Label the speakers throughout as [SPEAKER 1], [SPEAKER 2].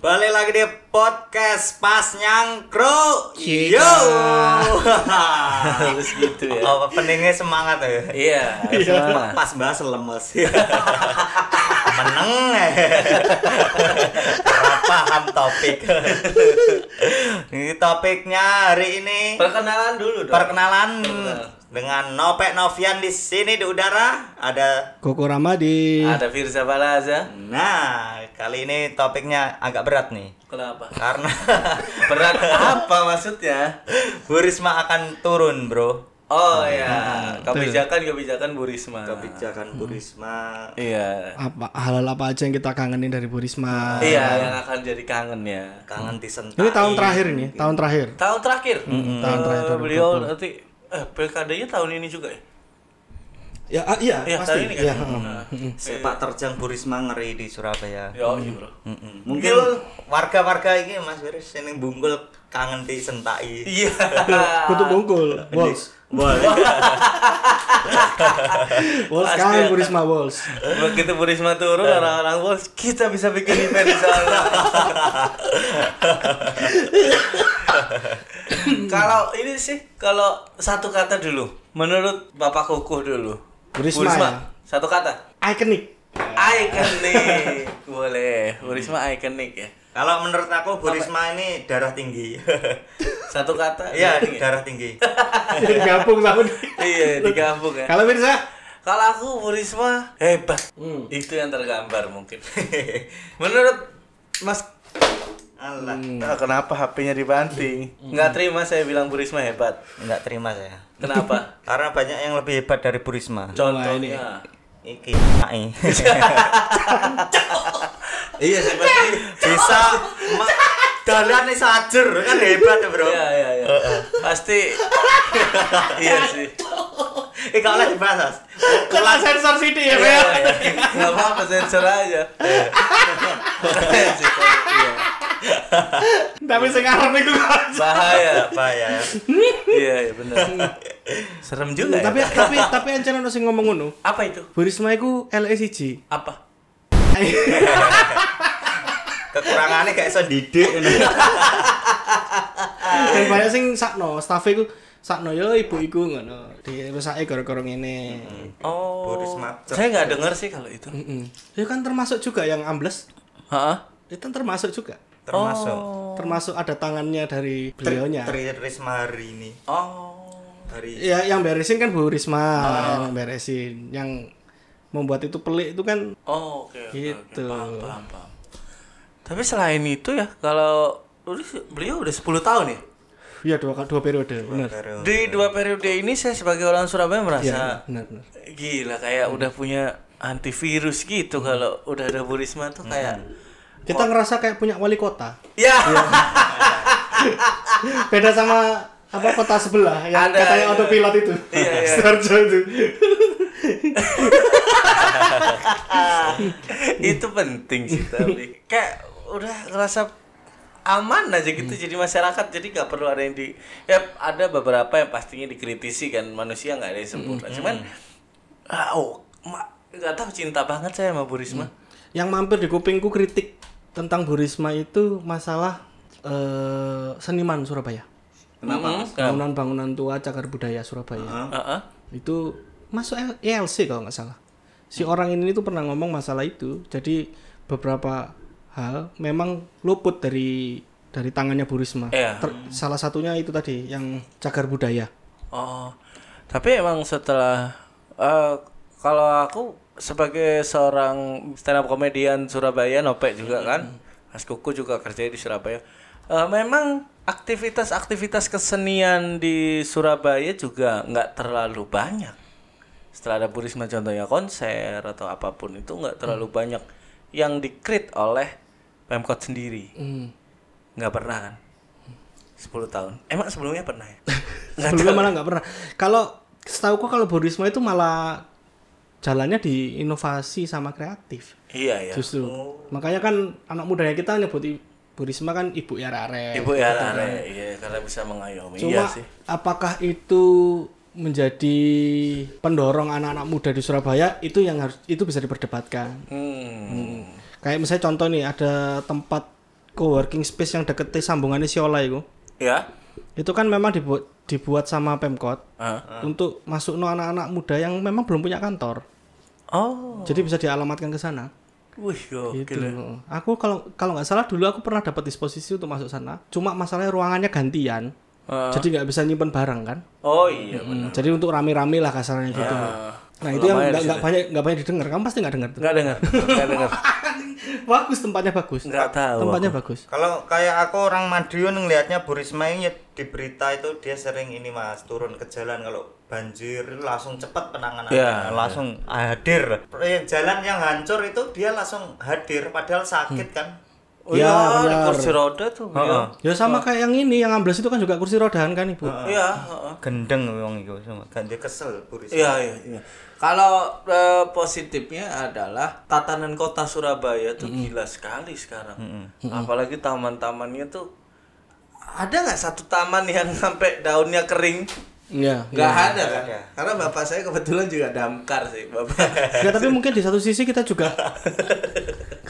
[SPEAKER 1] Balik lagi di podcast pas nyangkru.
[SPEAKER 2] Cika.
[SPEAKER 1] Yo.
[SPEAKER 3] halus gitu ya
[SPEAKER 1] oh, openingnya semangat ya.
[SPEAKER 3] iya semua
[SPEAKER 1] Pas bahas lemes. Meneng. Ora paham topik. ini topiknya hari ini
[SPEAKER 3] perkenalan dulu dong
[SPEAKER 1] perkenalan dengan Nopek Novian di sini di udara ada
[SPEAKER 2] Koko Ramadi.
[SPEAKER 3] ada Firza Balaza
[SPEAKER 1] Nah, kali ini topiknya agak berat nih.
[SPEAKER 3] kenapa
[SPEAKER 1] Karena
[SPEAKER 3] berat apa maksudnya
[SPEAKER 1] Bu Risma akan turun, Bro.
[SPEAKER 3] oh ya kebijakan kebijakan Bu Risma
[SPEAKER 1] Kebijakan Bu Risma.
[SPEAKER 3] iya
[SPEAKER 2] Apa halal apa aja yang kita kangenin dari Bu Risma?
[SPEAKER 3] iya yang akan jadi kangen ya
[SPEAKER 1] Kangen disentai.
[SPEAKER 2] Ini tahun terakhir ini, tahun terakhir.
[SPEAKER 3] tahun terakhir
[SPEAKER 2] tahun
[SPEAKER 3] Eh,
[SPEAKER 2] terakhir,
[SPEAKER 3] beliau nanti eh pilkadanya tahun ini juga ya
[SPEAKER 2] Ya, ah, iya,
[SPEAKER 3] Iya,
[SPEAKER 2] pasti.
[SPEAKER 3] tahun ini kan.
[SPEAKER 2] Iya,
[SPEAKER 3] Nah,
[SPEAKER 2] heeh.
[SPEAKER 1] Sepak terjang Bu Risma ngeri di Surabaya.
[SPEAKER 3] Ya, iya bro.
[SPEAKER 1] Mungkin warga-warga ini Mas Wiris yang bungkul kangen disentai.
[SPEAKER 3] Iya.
[SPEAKER 2] Kutu bungkul, Wolves.
[SPEAKER 1] Boleh.
[SPEAKER 3] Pasti
[SPEAKER 2] Wolves kangen
[SPEAKER 3] akan.
[SPEAKER 2] Bu Risma Wolves.
[SPEAKER 3] Begitu Bu Risma turun
[SPEAKER 2] Nah.
[SPEAKER 3] orang-orang bos kita bisa bikin event di sana. kalau ini sih kalau satu kata dulu menurut Bapak Kukuh dulu.
[SPEAKER 2] Bu Risma ya?
[SPEAKER 3] satu kata.
[SPEAKER 2] Iconic.
[SPEAKER 3] Ikonik. Boleh. Bu Risma ikonik ya.
[SPEAKER 1] Kalau menurut aku Bu Risma ini darah tinggi.
[SPEAKER 3] Satu kata.
[SPEAKER 1] Iya,
[SPEAKER 3] ini ya?
[SPEAKER 1] darah tinggi.
[SPEAKER 2] Jadi digabung sama dia.
[SPEAKER 3] Iya, digabung ya.
[SPEAKER 2] Kalau Mirza,
[SPEAKER 3] Kalau aku Bu Risma hebat.
[SPEAKER 2] Hmm.
[SPEAKER 3] Itu yang tergambar mungkin. menurut Mas
[SPEAKER 1] Allah.
[SPEAKER 3] Nah, kenapa HP-nya dibanting? Hmm. Nggak terima saya bilang Bu Risma hebat.
[SPEAKER 1] Enggak terima saya.
[SPEAKER 3] Kenapa?
[SPEAKER 1] Karena banyak yang lebih hebat dari Bu Risma.
[SPEAKER 3] Contohnya.
[SPEAKER 1] Iki ai.
[SPEAKER 3] iya seperti
[SPEAKER 1] Bisa ma- dalan sajer kan hebat ya, Bro.
[SPEAKER 3] Iya iya iya. Pasti Iya sih.
[SPEAKER 1] Eh kalau lagi bahas.
[SPEAKER 2] kalau sensor sidik ya, Bel.
[SPEAKER 3] Iya, iya. Nggak apa-apa sensor aja. Keren sih, keren. Iya.
[SPEAKER 2] Tapi sekarang itu
[SPEAKER 3] Bahaya.
[SPEAKER 1] Apa ya?
[SPEAKER 3] Iya iya benar. Serem juga. ya.
[SPEAKER 2] Tapi tapi tapi ancen ono sing ngomong ngono.
[SPEAKER 3] apa itu?
[SPEAKER 2] Bu Risma iku LSG.
[SPEAKER 3] Apa? Iya.
[SPEAKER 1] Kekurangannya kayak iso didik ini.
[SPEAKER 2] Dan banyak sing sakno, staff iku sakno yo ibu iku ngono. Dirusake gara-gara ngene.
[SPEAKER 3] Oh.
[SPEAKER 1] Bu Risma.
[SPEAKER 3] Saya nggak dengar sih kalau itu.
[SPEAKER 2] Heeh. Itu kan termasuk juga yang ambles.
[SPEAKER 3] Heeh.
[SPEAKER 2] Itu termasuk juga.
[SPEAKER 1] Termasuk
[SPEAKER 2] Termasuk ada tangannya dari beliaunya.
[SPEAKER 1] Tri Risma hari ini.
[SPEAKER 3] Oh.
[SPEAKER 1] Hari
[SPEAKER 2] Ya yang beresin kan Bu Risma yang beresin. Yang membuat itu pelik itu kan
[SPEAKER 3] Oh, oke. oke,
[SPEAKER 2] Gitu.
[SPEAKER 3] oke. Paham, paham, paham. Tapi selain itu ya, kalau udah beliau udah 10 tahun ya.
[SPEAKER 2] ya dua dua periode. Benar.
[SPEAKER 1] baru.
[SPEAKER 3] Di dua periode ini saya sebagai orang Surabaya merasa
[SPEAKER 2] Benar benar.
[SPEAKER 3] gila kayak udah punya antivirus gitu kalau udah ada Bu Risma tuh kayak Oh.
[SPEAKER 2] Kita ngerasa kayak punya wali kota.
[SPEAKER 3] ya
[SPEAKER 2] Beda sama apa kota sebelah yang
[SPEAKER 3] Ada,
[SPEAKER 2] katanya
[SPEAKER 3] iya.
[SPEAKER 2] autopilot itu.
[SPEAKER 3] Iya, iya.
[SPEAKER 2] Sarjo itu.
[SPEAKER 3] itu penting sih tapi kayak udah ngerasa aman aja gitu jadi masyarakat jadi nggak perlu ada yang di ya ada beberapa yang pastinya dikritisi kan manusia nggak ada yang sempurna cuman ah, oh ma- nggak tahu cinta banget saya sama Bu Risma
[SPEAKER 2] Yang mampir di kupingku kritik tentang Bu Risma itu masalah eh, seniman Surabaya.
[SPEAKER 3] kenapa
[SPEAKER 2] Bangunan-bangunan tua cagar budaya Surabaya. itu masuk L- ELC kalau nggak salah si
[SPEAKER 3] Hmm.
[SPEAKER 2] orang ini tuh pernah ngomong masalah itu jadi beberapa hal memang luput dari dari tangannya Bu Risma
[SPEAKER 3] Iya.
[SPEAKER 2] Ter- salah satunya itu tadi yang cagar budaya
[SPEAKER 3] oh tapi emang setelah eh, kalau aku sebagai seorang stand up komedian Surabaya nopek juga kan Mas Kuku juga kerja di Surabaya Eh, memang aktivitas-aktivitas kesenian di Surabaya juga nggak terlalu banyak setelah ada Bu Risma contohnya konser atau apapun itu nggak terlalu banyak yang dikrit oleh Pemkot sendiri
[SPEAKER 2] Mm. Hmm.
[SPEAKER 3] nggak pernah kan 10 tahun emang sebelumnya pernah ya Nggak
[SPEAKER 2] sebelumnya malah nggak pernah kalau setahu kalau Bu Risma itu malah jalannya di inovasi sama kreatif
[SPEAKER 3] Iya ya.
[SPEAKER 2] justru makanya kan anak mudanya kita nyebut I- Bu Risma kan ibu ya are
[SPEAKER 3] Ibu ya Rare, iya karena bisa mengayomi. iya
[SPEAKER 2] Cuma
[SPEAKER 3] sih.
[SPEAKER 2] apakah itu menjadi pendorong anak-anak muda di Surabaya itu yang harus itu bisa diperdebatkan.
[SPEAKER 3] Hmm.
[SPEAKER 2] Kayak misalnya contoh nih ada tempat co-working space yang deket sambungannya Siola itu.
[SPEAKER 3] Ya.
[SPEAKER 2] Itu kan memang dibuat dibuat sama Pemkot
[SPEAKER 3] Ah.
[SPEAKER 2] untuk masuk no anak-anak muda yang memang belum punya kantor.
[SPEAKER 3] Oh.
[SPEAKER 2] Jadi bisa dialamatkan ke sana.
[SPEAKER 3] Wih,
[SPEAKER 2] Gitu.
[SPEAKER 3] gokil. ya.
[SPEAKER 2] Aku kalau kalau nggak salah dulu aku pernah dapat disposisi untuk masuk sana. Cuma masalahnya ruangannya gantian.
[SPEAKER 3] Ah.
[SPEAKER 2] Jadi nggak bisa nyimpen barang kan.
[SPEAKER 3] Oh iya benar.
[SPEAKER 2] Jadi untuk rame-rame lah kasarnya gitu. Nah itu yang
[SPEAKER 3] Lumayan Iya.
[SPEAKER 2] nggak
[SPEAKER 3] sih.
[SPEAKER 2] nggak banyak nggak banyak didengar. Kamu pasti nggak dengar tuh.
[SPEAKER 3] Enggak dengar. Enggak dengar.
[SPEAKER 2] bagus tempatnya bagus.
[SPEAKER 3] Enggak tahu.
[SPEAKER 2] tempatnya
[SPEAKER 3] aku.
[SPEAKER 2] bagus.
[SPEAKER 1] Kalau kayak aku orang Madiun ngelihatnya Bu Risma ini ya, di berita itu dia sering ini Mas turun ke jalan kalau banjir langsung cepat penanganannya
[SPEAKER 3] Ya,
[SPEAKER 1] langsung hadir. Eh, Jalan yang hancur itu dia langsung hadir padahal sakit kan.
[SPEAKER 3] Oh,
[SPEAKER 2] Ya,
[SPEAKER 3] iya, di
[SPEAKER 2] benar.
[SPEAKER 3] kursi roda tuh. Iya.
[SPEAKER 2] Ya sama kayak yang ini yang ambles itu kan juga kursi rodaan kan ibu.
[SPEAKER 3] Iya, heeh.
[SPEAKER 1] Gendeng wong iku semua. Ganti kesel Bu Risma.
[SPEAKER 3] Iya, iya, iya. Kalau eh, positifnya adalah tatanan kota Surabaya tuh
[SPEAKER 2] Hmm.
[SPEAKER 3] gila sekali sekarang. Hmm. Apalagi taman-tamannya tuh ada nggak satu taman yang sampai daunnya kering?
[SPEAKER 2] Iya.
[SPEAKER 3] Nggak ada kan? Karena bapak saya kebetulan juga damkar sih, bapak.
[SPEAKER 2] Ya tapi mungkin di satu sisi kita juga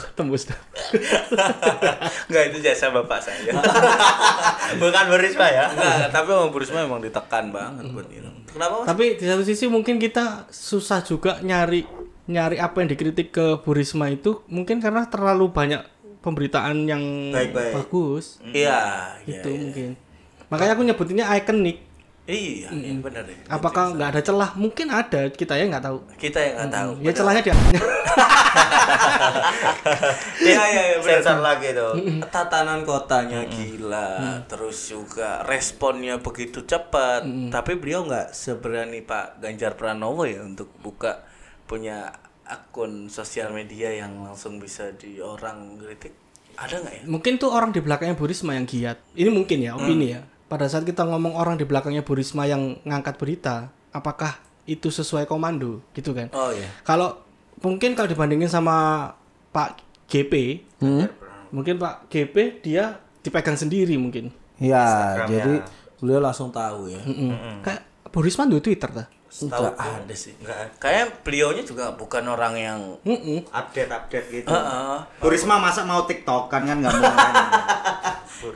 [SPEAKER 2] Kok tembus dah.
[SPEAKER 3] Nggak itu jasa bapak saya.
[SPEAKER 1] Bukan Bu Risma ya.
[SPEAKER 3] Nggak, tapi Om Burisma emang ditekan banget buat ini. Kenapa? Mas?
[SPEAKER 2] Tapi di satu sisi mungkin kita susah juga nyari nyari apa yang dikritik ke Burisma itu mungkin karena terlalu banyak pemberitaan yang
[SPEAKER 1] Baik-baik.
[SPEAKER 2] bagus
[SPEAKER 3] Iya, iya.
[SPEAKER 2] gitu mungkin. Makanya aku nyebutinnya ikonik.
[SPEAKER 3] Iya, iya benar deh.
[SPEAKER 2] Apakah nggak ada celah? Mungkin ada, kita ya nggak tahu.
[SPEAKER 3] Kita yang nggak tahu.
[SPEAKER 2] Ya celahnya dia.
[SPEAKER 3] Iya, iya, iya, benar.
[SPEAKER 1] Sensor lagi tuh.
[SPEAKER 3] tatanan kotanya gila terus juga responnya begitu cepat tapi beliau nggak seberani Pak Ganjar Pranowo ya untuk buka punya akun sosial media yang langsung bisa di orang kritik ada nggak ya
[SPEAKER 2] mungkin tuh orang di belakangnya Burisma yang giat. Ini mungkin ya opini ya. Pada saat kita ngomong orang di belakangnya Burisma yang ngangkat berita, apakah itu sesuai komando gitu kan?
[SPEAKER 3] oh ya
[SPEAKER 2] Kalau mungkin kalau dibandingin sama Pak GP, mungkin Pak GP dia dipegang sendiri mungkin.
[SPEAKER 3] ya
[SPEAKER 1] Instagramnya. jadi
[SPEAKER 3] beliau langsung tahu ya
[SPEAKER 2] Mm. Kayak Burisma di Twitter dah.
[SPEAKER 1] Setahu aku
[SPEAKER 3] ada sih
[SPEAKER 1] nggak ada.
[SPEAKER 3] kayak beliaunya juga bukan orang yang
[SPEAKER 2] Mm-mm.
[SPEAKER 1] update-update gitu.
[SPEAKER 3] Heeh.
[SPEAKER 1] Bu Risma masa mau tiktokan kan nggak mungkin.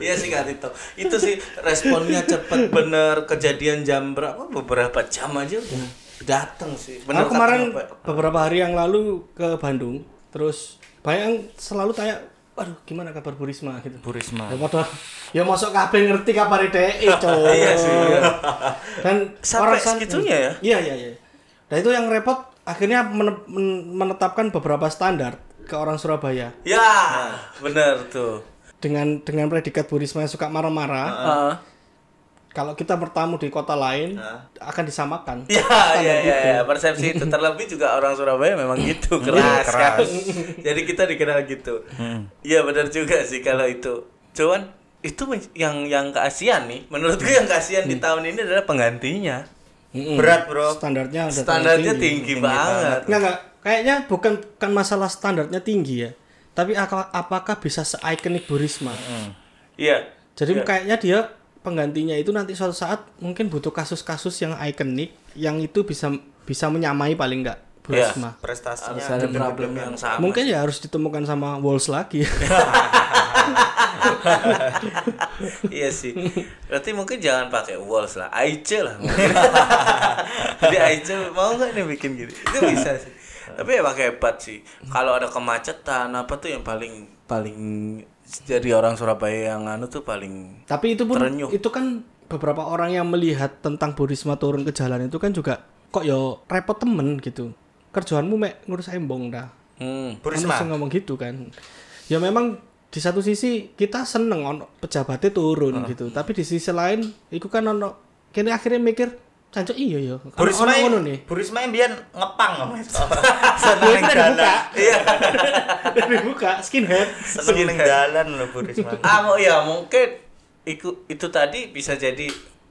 [SPEAKER 3] Iya sih Kak Tito. Itu sih responnya cepet bener kejadian jam berapa beberapa jam aja udah datang sih. Bener
[SPEAKER 2] Aku kemarin
[SPEAKER 3] kata Novel.
[SPEAKER 2] beberapa hari yang lalu ke Bandung, terus banyak yang selalu tanya, "Waduh, gimana kabar Burisma?" gitu.
[SPEAKER 1] Bu Risma.
[SPEAKER 2] Ya padha ya mosok kabeh ngerti kabare dhek, Cok.
[SPEAKER 3] Iya sih, iya.
[SPEAKER 2] Dan
[SPEAKER 3] Sampai
[SPEAKER 2] san-
[SPEAKER 3] segitunya ya?
[SPEAKER 2] Iya, iya, iya. Dan itu yang repot akhirnya mene- men- menetapkan beberapa standar ke orang Surabaya
[SPEAKER 3] Ya, bener tuh.
[SPEAKER 2] dengan dengan predikat Burisma yang suka marah-marah.
[SPEAKER 3] Heeh.
[SPEAKER 2] Kalau kita bertamu di kota lain akan disamakan.
[SPEAKER 3] Ya, ya, ya, ya, persepsi itu terlebih juga orang Surabaya memang gitu keras, kan. Jadi kita dikenal gitu. Iya benar juga sih kalau itu. Cuman itu men- yang yang keasian nih, menurutku yang keasian di tahun ini adalah penggantinya.
[SPEAKER 2] Mm-mm.
[SPEAKER 1] Berat bro.
[SPEAKER 2] Standarnya udah
[SPEAKER 3] Standarnya tinggi, banget.
[SPEAKER 2] Enggak, enggak. Kayaknya bukan bukan masalah standarnya tinggi ya. Tapi ak- apakah bisa se-ikonik Burisma?
[SPEAKER 3] Iya.
[SPEAKER 2] Jadi kayaknya dia penggantinya itu nanti suatu saat mungkin butuh kasus-kasus yang ikonik yang itu bisa bisa menyamai paling enggak Burisma.
[SPEAKER 1] Prestasinya
[SPEAKER 3] Harus ada problem yang Iya. sama.
[SPEAKER 2] Mungkin ya harus ditemukan sama Walls lagi.
[SPEAKER 3] iya sih. Berarti mungkin jangan pakai walls lah, Aice lah. mungkin. Jadi Aice mau nggak nih bikin gitu? Itu bisa sih. Tapi ya pakai hebat sih. Kalau ada kemacetan apa tuh yang paling paling jadi orang Surabaya yang anu tuh paling
[SPEAKER 2] Tapi itu pun
[SPEAKER 3] Terenyuh.
[SPEAKER 2] itu kan beberapa orang yang melihat tentang Burisma turun ke jalan itu kan juga kok yo repot temen gitu. Kerjaanmu mek ngurus embong dah.
[SPEAKER 3] hmm.
[SPEAKER 1] Bu
[SPEAKER 2] Kan
[SPEAKER 1] Risma.
[SPEAKER 2] langsung ngomong gitu kan. Ya memang di satu sisi kita seneng ono pejabatnya turun gitu, tapi di sisi lain itu kan ono kene akhirnya mikir cancuk iya ya.
[SPEAKER 1] Bu
[SPEAKER 2] Ono
[SPEAKER 1] Risma
[SPEAKER 2] ono
[SPEAKER 1] yang-
[SPEAKER 2] ngono nih.
[SPEAKER 1] Bu Risma yang biyen ngepang Mas.
[SPEAKER 2] Ya,
[SPEAKER 1] Seneng
[SPEAKER 2] itu
[SPEAKER 1] ning
[SPEAKER 2] udah
[SPEAKER 1] dalan.
[SPEAKER 2] dibuka.
[SPEAKER 3] Iya.
[SPEAKER 2] Udah dibuka skinhead.
[SPEAKER 1] Seneng ning dalan lho Bu Risma.
[SPEAKER 3] ah mau ya mungkin itu itu tadi bisa jadi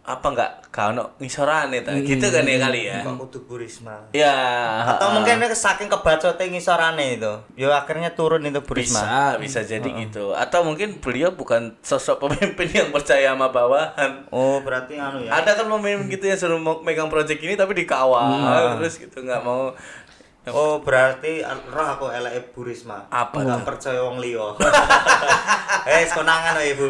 [SPEAKER 3] apa nggak kalau ngisorane ta gitu kan ya kali ya.
[SPEAKER 1] Kok kudu Bu Risma.
[SPEAKER 3] Ya.
[SPEAKER 1] Atau mungkin ini saking kebacote ngisorane itu. Ya akhirnya turun itu Bu Risma.
[SPEAKER 3] Bisa, bisa jadi gitu. Atau mungkin beliau bukan sosok pemimpin yang percaya sama bawahan.
[SPEAKER 1] Oh, berarti anu ya.
[SPEAKER 3] Ada kan pemimpin gitu yang suruh mau megang project ini tapi dikawal terus gitu nggak mau
[SPEAKER 1] Oh, berarti roh aku eleke Bu Risma.
[SPEAKER 3] Apa
[SPEAKER 1] Gak percaya wong liya. Eh, konangan wae, Bu.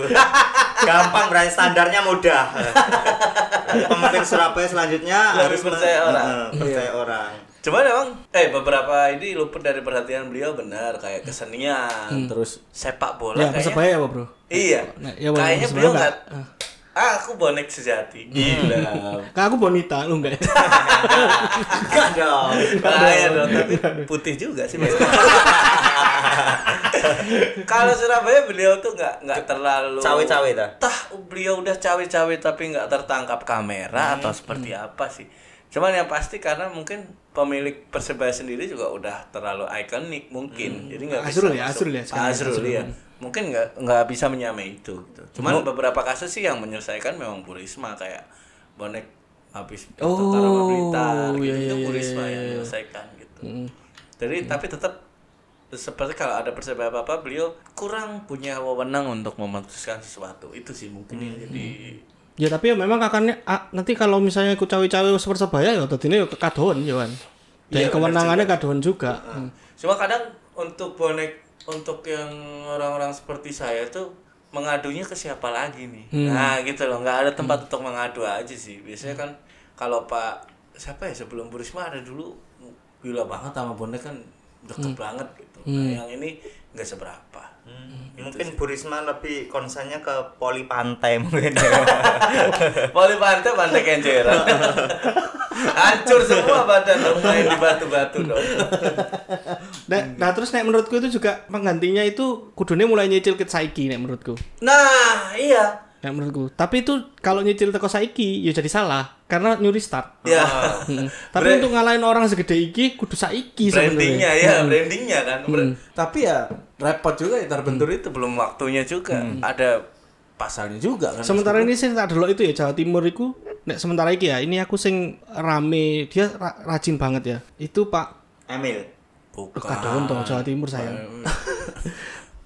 [SPEAKER 1] Gampang berarti standarnya mudah. Jadi Pemimpin Surabaya selanjutnya
[SPEAKER 3] Harus
[SPEAKER 1] me-
[SPEAKER 3] percaya orang. Iya.
[SPEAKER 1] Heeh, percaya orang.
[SPEAKER 3] Cuman emang eh beberapa ini luput dari perhatian beliau benar kayak kesenian, terus sepak bola
[SPEAKER 2] Ya,
[SPEAKER 3] kayaknya.
[SPEAKER 2] persebaya apa bro?
[SPEAKER 3] Iya.
[SPEAKER 2] Nah, ya, Bang,
[SPEAKER 3] kayaknya
[SPEAKER 2] Persebaya
[SPEAKER 3] beliau
[SPEAKER 2] nggak.
[SPEAKER 3] nggak. Ah, aku bonek sejati. Gila.
[SPEAKER 2] Kak aku bonita, lu enggak ya?
[SPEAKER 1] Enggak dong.
[SPEAKER 3] Bahaya dong, tapi putih juga sih Mas. Kalau Surabaya beliau tuh nggak nggak terlalu
[SPEAKER 1] Cawe-cawe dah.
[SPEAKER 3] Tah beliau udah cawe-cawe tapi nggak tertangkap
[SPEAKER 1] Hmm,
[SPEAKER 3] kamera atau seperti apa sih? Cuman yang pasti karena mungkin pemilik persebaya sendiri juga udah terlalu ikonik
[SPEAKER 1] Hmm.
[SPEAKER 3] mungkin, jadi nggak bisa.
[SPEAKER 2] Azrul ya,
[SPEAKER 3] masuk.
[SPEAKER 2] Azrul ya sekarang,
[SPEAKER 3] Azrul,
[SPEAKER 2] Azrul.
[SPEAKER 3] ya. Mungkin nggak nggak bisa menyamai itu. Gitu. Cuman beberapa kasus sih yang menyelesaikan memang Purisma kayak bonek habis
[SPEAKER 2] Oh,
[SPEAKER 3] tertara sama Blitar,
[SPEAKER 2] iya,
[SPEAKER 3] gitu, itu
[SPEAKER 2] iya,
[SPEAKER 3] Purisma
[SPEAKER 2] iya, Hmm.
[SPEAKER 3] yang
[SPEAKER 2] iya.
[SPEAKER 3] menyelesaikan gitu. Jadi tapi tetap seperti kalau ada persebaya apa apa beliau kurang punya wewenang untuk memutuskan sesuatu itu sih mungkin yang
[SPEAKER 2] Hmm,
[SPEAKER 3] jadi
[SPEAKER 2] Ya tapi ya memang kakaknya ah, nanti kalau misalnya ikut cawe-cawe persebaya ya tadinya ya kekadoan ya kan. Dan kewenangannya kadoan juga. Hmm.
[SPEAKER 3] cuma kadang untuk bonek untuk yang orang-orang seperti saya tuh mengadunya ke siapa lagi nih
[SPEAKER 2] Hmm.
[SPEAKER 3] nah gitu loh nggak ada tempat untuk mengadu aja sih biasanya kan kalau pak siapa ya sebelum Burisma ada dulu gila banget sama bonek kan
[SPEAKER 2] Hmm.
[SPEAKER 3] deket banget gitu nah yang ini nggak seberapa
[SPEAKER 1] Mungkin Bu Risma lebih konsennya ke poli pantai mungkin.
[SPEAKER 3] Poli pantai pantai kenjeran. Hancur semua badan dong main di batu-batu dong.
[SPEAKER 2] Nah, nah, terus nek menurutku itu juga penggantinya itu kudunya mulai nyicil ke saiki nek menurutku.
[SPEAKER 3] Nah, iya.
[SPEAKER 2] Nek menurutku. Tapi itu kalau nyicil teko saiki ya jadi salah karena nyuri start.
[SPEAKER 3] Ya.
[SPEAKER 2] Hmm. Tapi
[SPEAKER 3] Bre-
[SPEAKER 2] untuk ngalahin orang segede iki kudu saiki
[SPEAKER 3] brandingnya
[SPEAKER 2] Iya, sebenarnya. Hmm.
[SPEAKER 3] ya, brandingnya kan. Bre- Tapi ya repot juga ya terbentur itu belum waktunya juga. Ada pasalnya juga kan.
[SPEAKER 2] Hmm. Sementara ini sih tak delok itu ya Jawa Timur itu nek sementara iki ya ini aku sing rame dia ra- rajin banget ya. Itu Pak
[SPEAKER 1] Emil.
[SPEAKER 3] bukan.
[SPEAKER 2] Kadon toh Jawa Timur saya.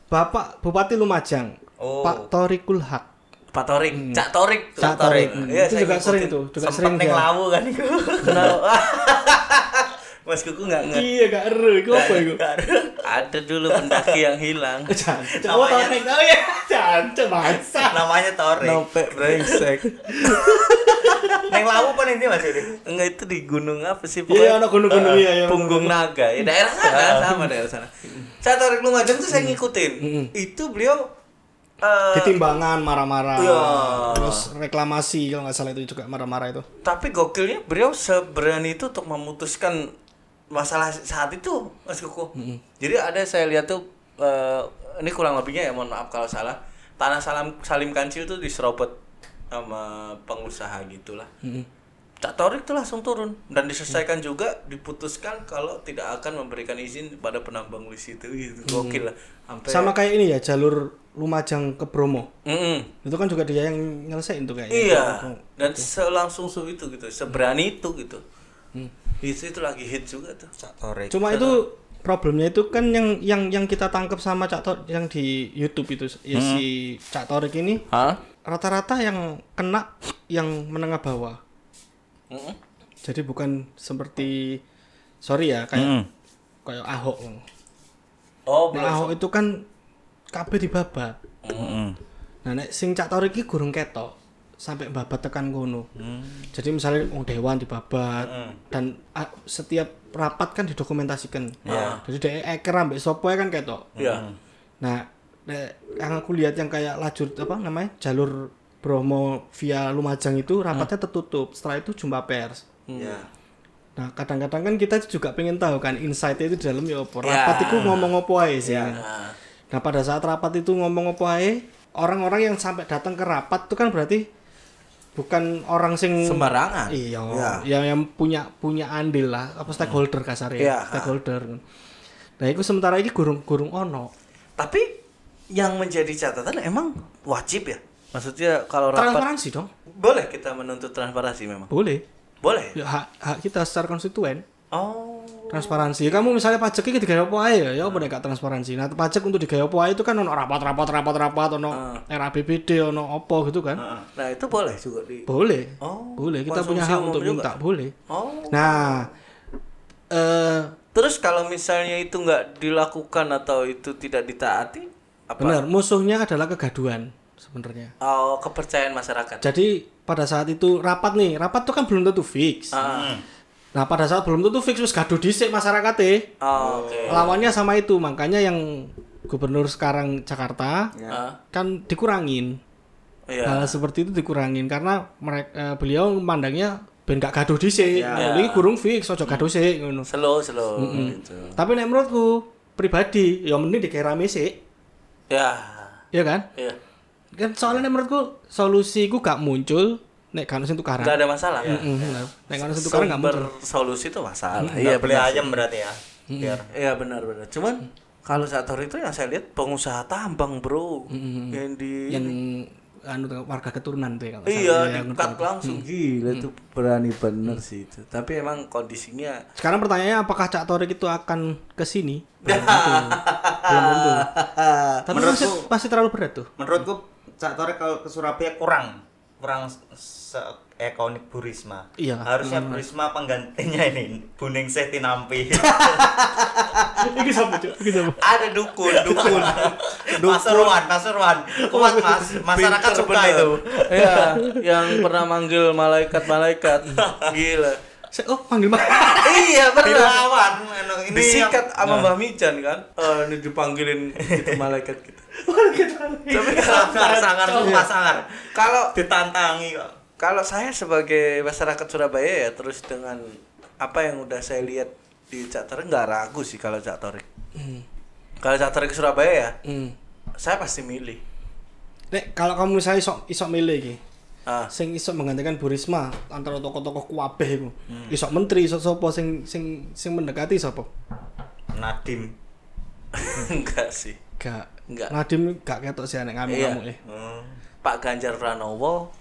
[SPEAKER 2] Bapak Bupati Lumajang,
[SPEAKER 3] Oh.
[SPEAKER 2] Pak Torikul Hak.
[SPEAKER 3] Pak Torik, Cak Torik,
[SPEAKER 2] Hmm. Cak Torik.
[SPEAKER 3] Iya,
[SPEAKER 2] itu
[SPEAKER 3] saya
[SPEAKER 2] juga
[SPEAKER 3] ngikutin.
[SPEAKER 2] sering tuh, juga
[SPEAKER 1] Sempet
[SPEAKER 2] sering ya.
[SPEAKER 1] neng
[SPEAKER 2] dia.
[SPEAKER 1] lawu kan iku.
[SPEAKER 3] Kenal. Mas Kuku nggak ngerti.
[SPEAKER 2] Iya, gak eru, iku apa iku?
[SPEAKER 3] Ada dulu pendaki yang hilang.
[SPEAKER 2] Jancuk. Oh, Torek. Oh ya, jancuk bangsa.
[SPEAKER 1] Namanya Torek.
[SPEAKER 3] Nopek brengsek.
[SPEAKER 1] Neng lawu apa nanti Mas Yudi?
[SPEAKER 3] Enggak itu di gunung apa sih?
[SPEAKER 2] Iya,
[SPEAKER 3] pokoknya? eh,
[SPEAKER 2] ono gunung-gunung ya ya.
[SPEAKER 3] Punggung Naga. Ya daerah sana sama daerah sana. Saya tarik Lumajang tuh saya
[SPEAKER 2] Hmm.
[SPEAKER 3] ngikutin. Itu beliau eh
[SPEAKER 2] Ditimbangan marah-marah.
[SPEAKER 3] Iya.
[SPEAKER 2] Terus reklamasi kalau nggak salah itu juga marah-marah itu.
[SPEAKER 3] tapi gokilnya beliau seberani itu untuk memutuskan masalah saat itu Mas Kuku. Jadi ada saya lihat tuh eh, ini kurang lebihnya ya mohon maaf kalau salah. Tanah Salam Salim Kancil tuh diserobot sama pengusaha gitulah. Cak Torik tuh langsung turun dan diselesaikan juga diputuskan kalau tidak akan memberikan izin pada penambang di itu itu gokil lah sampai
[SPEAKER 2] Sama kayak ini ya jalur Lumajang ke Bromo.
[SPEAKER 3] Mm-mm.
[SPEAKER 2] Itu kan juga dia yang nyelesain tuh kayaknya.
[SPEAKER 3] Iya. Dan selangsung su itu gitu, seberani itu gitu. Itu itu lagi hit juga tuh.
[SPEAKER 1] Cak Torek.
[SPEAKER 2] Cuma
[SPEAKER 3] iya.
[SPEAKER 2] itu problemnya itu kan yang yang yang kita tangkap sama Cak Tor yang di YouTube itu ya
[SPEAKER 3] Hmm.
[SPEAKER 2] si Cak Torik ini
[SPEAKER 3] Hah?
[SPEAKER 2] rata-rata yang kena yang menengah bawah.
[SPEAKER 3] Hmm.
[SPEAKER 2] Jadi bukan seperti sorry ya
[SPEAKER 3] Hmm.
[SPEAKER 2] kayak kayak Ahok.
[SPEAKER 3] Oh,
[SPEAKER 2] Nah, Ahok itu kan kabeh dibabat. Nah nek sing Cak Torik iki gurung ketok sampai babat tekan kono. Jadi misalnya wong dewan dibabat dan ah, setiap rapat kan didokumentasikan. Nah, Jadi dhek eker ambek sapa kan ketok.
[SPEAKER 3] Iya.
[SPEAKER 2] Nah, nek yang aku lihat yang kayak lajur apa namanya? jalur Bromo via Lumajang itu rapatnya tertutup. Setelah itu jumpa pers.
[SPEAKER 1] Ya.
[SPEAKER 2] Nah, kadang-kadang kan kita juga pengen tahu kan insight itu di dalam ya apa.
[SPEAKER 3] Ya.
[SPEAKER 2] Rapat itu ngomong apa ae sih.
[SPEAKER 3] Nah,
[SPEAKER 2] Nah, pada saat rapat itu ngomong apa ae, orang-orang yang sampai datang ke rapat itu kan berarti bukan orang sing
[SPEAKER 3] sembarangan. Ya.
[SPEAKER 2] Iya, yang yang punya punya andil lah, apa stakeholder kasarnya,
[SPEAKER 3] Iya.
[SPEAKER 2] stakeholder. Nah, itu sementara ini gurung-gurung ono.
[SPEAKER 3] Tapi yang menjadi catatan emang wajib ya. Maksudnya kalau rapat
[SPEAKER 2] Transparansi dong.
[SPEAKER 3] boleh kita menuntut transparansi memang.
[SPEAKER 2] Boleh.
[SPEAKER 3] Boleh.
[SPEAKER 2] Ya, hak, hak kita secara konstituen
[SPEAKER 3] Oh.
[SPEAKER 2] transparansi. Ya, Kamu misalnya pajaknya digaya apa ae ya, ya apa nek gak transparansi. Nah, pajak untuk digaya apa ae itu kan ono rapat-rapat rapat-rapat ono
[SPEAKER 3] Ah.
[SPEAKER 2] RAPBD ono apa gitu kan.
[SPEAKER 3] Nah, itu boleh juga di
[SPEAKER 2] Boleh.
[SPEAKER 3] Oh,
[SPEAKER 2] boleh kita
[SPEAKER 3] konsumsi
[SPEAKER 2] punya hak
[SPEAKER 3] umum
[SPEAKER 2] untuk
[SPEAKER 3] juga.
[SPEAKER 2] minta, boleh.
[SPEAKER 3] Oh.
[SPEAKER 2] Nah, eh
[SPEAKER 3] Terus kalau misalnya itu nggak dilakukan atau itu tidak ditaati, apa?
[SPEAKER 2] Benar, musuhnya adalah kegaduhan sebenarnya.
[SPEAKER 3] Oh, kepercayaan masyarakat.
[SPEAKER 2] Jadi pada saat itu rapat nih, rapat tuh kan belum tentu fix.
[SPEAKER 3] Ah,
[SPEAKER 2] Nah pada saat belum tentu fix terus gaduh dhisik masyarakatnya.
[SPEAKER 3] oh, oke.
[SPEAKER 2] Lawannya sama itu, makanya yang gubernur sekarang Jakarta
[SPEAKER 3] Ah,
[SPEAKER 2] kan dikurangin.
[SPEAKER 3] iya.
[SPEAKER 2] Hal seperti itu dikurangin karena mereka beliau memandangnya ben gak gaduh dhisik.
[SPEAKER 3] Ya.
[SPEAKER 2] Nah, Ini gurung fix, ojo gaduh
[SPEAKER 3] Hmm.
[SPEAKER 2] sik ngono.
[SPEAKER 3] Slow, slow gitu.
[SPEAKER 2] Tapi nek menurutku pribadi ya mending dikerami sih,
[SPEAKER 3] Ya.
[SPEAKER 2] ya kan?
[SPEAKER 3] Iya.
[SPEAKER 2] Kan soalnya nek menurutku solusi ku gak muncul nek kan sing tukaran.
[SPEAKER 3] Nggak ada masalah.
[SPEAKER 2] Mm, benar. Nek kan sing tukaran gak
[SPEAKER 3] Sumber
[SPEAKER 2] muncul.
[SPEAKER 3] solusi itu masalah.
[SPEAKER 1] Iya,
[SPEAKER 3] Iya,
[SPEAKER 1] beli ayam berarti ya. Biar
[SPEAKER 3] Iya benar-benar. Cuman kalau saat hari itu yang saya lihat pengusaha tambang bro yang di
[SPEAKER 2] yang anu warga keturunan tuh ya kalau nggak salah. Ya,
[SPEAKER 3] iya
[SPEAKER 2] yang Mm.
[SPEAKER 3] di
[SPEAKER 2] ngerti.
[SPEAKER 3] cut langsung gila itu berani bener sih itu. Tapi emang kondisinya
[SPEAKER 2] Sekarang pertanyaannya apakah Cak Torik itu akan ke sini? Belum tentu. Belum tentu. Tapi pasti, pasti terlalu berat tuh.
[SPEAKER 1] menurutku Cak Torek kalau ke Surabaya kurang kurang se- ikonik Bu Risma.
[SPEAKER 2] Iya.
[SPEAKER 1] Harusnya Bu Risma penggantinya ini Buning Seh Tinampi.
[SPEAKER 2] Iki sama, Cuk. Iki sama.
[SPEAKER 1] Ada dukun, dukun. Masuruan, masuruan. Kuat Mas, masyarakat
[SPEAKER 3] Pinter
[SPEAKER 1] suka
[SPEAKER 3] bener.
[SPEAKER 1] itu.
[SPEAKER 3] Iya, yang pernah manggil malaikat-malaikat.
[SPEAKER 2] Mm.
[SPEAKER 3] Gila.
[SPEAKER 2] Saya- Oh, panggil Mbak.
[SPEAKER 3] iya, pernah.
[SPEAKER 1] Dilawan anu, ini
[SPEAKER 3] Disikat
[SPEAKER 2] Nah.
[SPEAKER 3] sama Mbak Mijan kan. Eh, ini dipanggilin gitu malaikat gitu.
[SPEAKER 1] tapi sangar, sangar, sumpah sangar.
[SPEAKER 3] Iya. Kalau
[SPEAKER 1] Ditantangi kok.
[SPEAKER 3] Kalau saya sebagai masyarakat Surabaya ya terus dengan apa yang udah saya lihat di Cak Torik nggak ragu sih kalau Cak Torik. Kalau Cak Torik Surabaya ya,
[SPEAKER 2] Hmm.
[SPEAKER 3] saya pasti milih.
[SPEAKER 2] Nek, kalau kamu misalnya isok isok milih iki,
[SPEAKER 3] Ah,
[SPEAKER 2] sing isok menggantikan Bu Risma antara tokoh-tokoh kuabeh iku.
[SPEAKER 3] Hmm.
[SPEAKER 2] Isok menteri, isok sapa sing sing sing mendekati sapa?
[SPEAKER 1] Nadim.
[SPEAKER 3] enggak sih.
[SPEAKER 2] Gak.
[SPEAKER 3] Nggak.
[SPEAKER 2] Nadim gak ketok sih nek ngamu
[SPEAKER 3] Iya.
[SPEAKER 2] kamu eh.
[SPEAKER 1] Hmm.
[SPEAKER 3] Pak Ganjar Pranowo,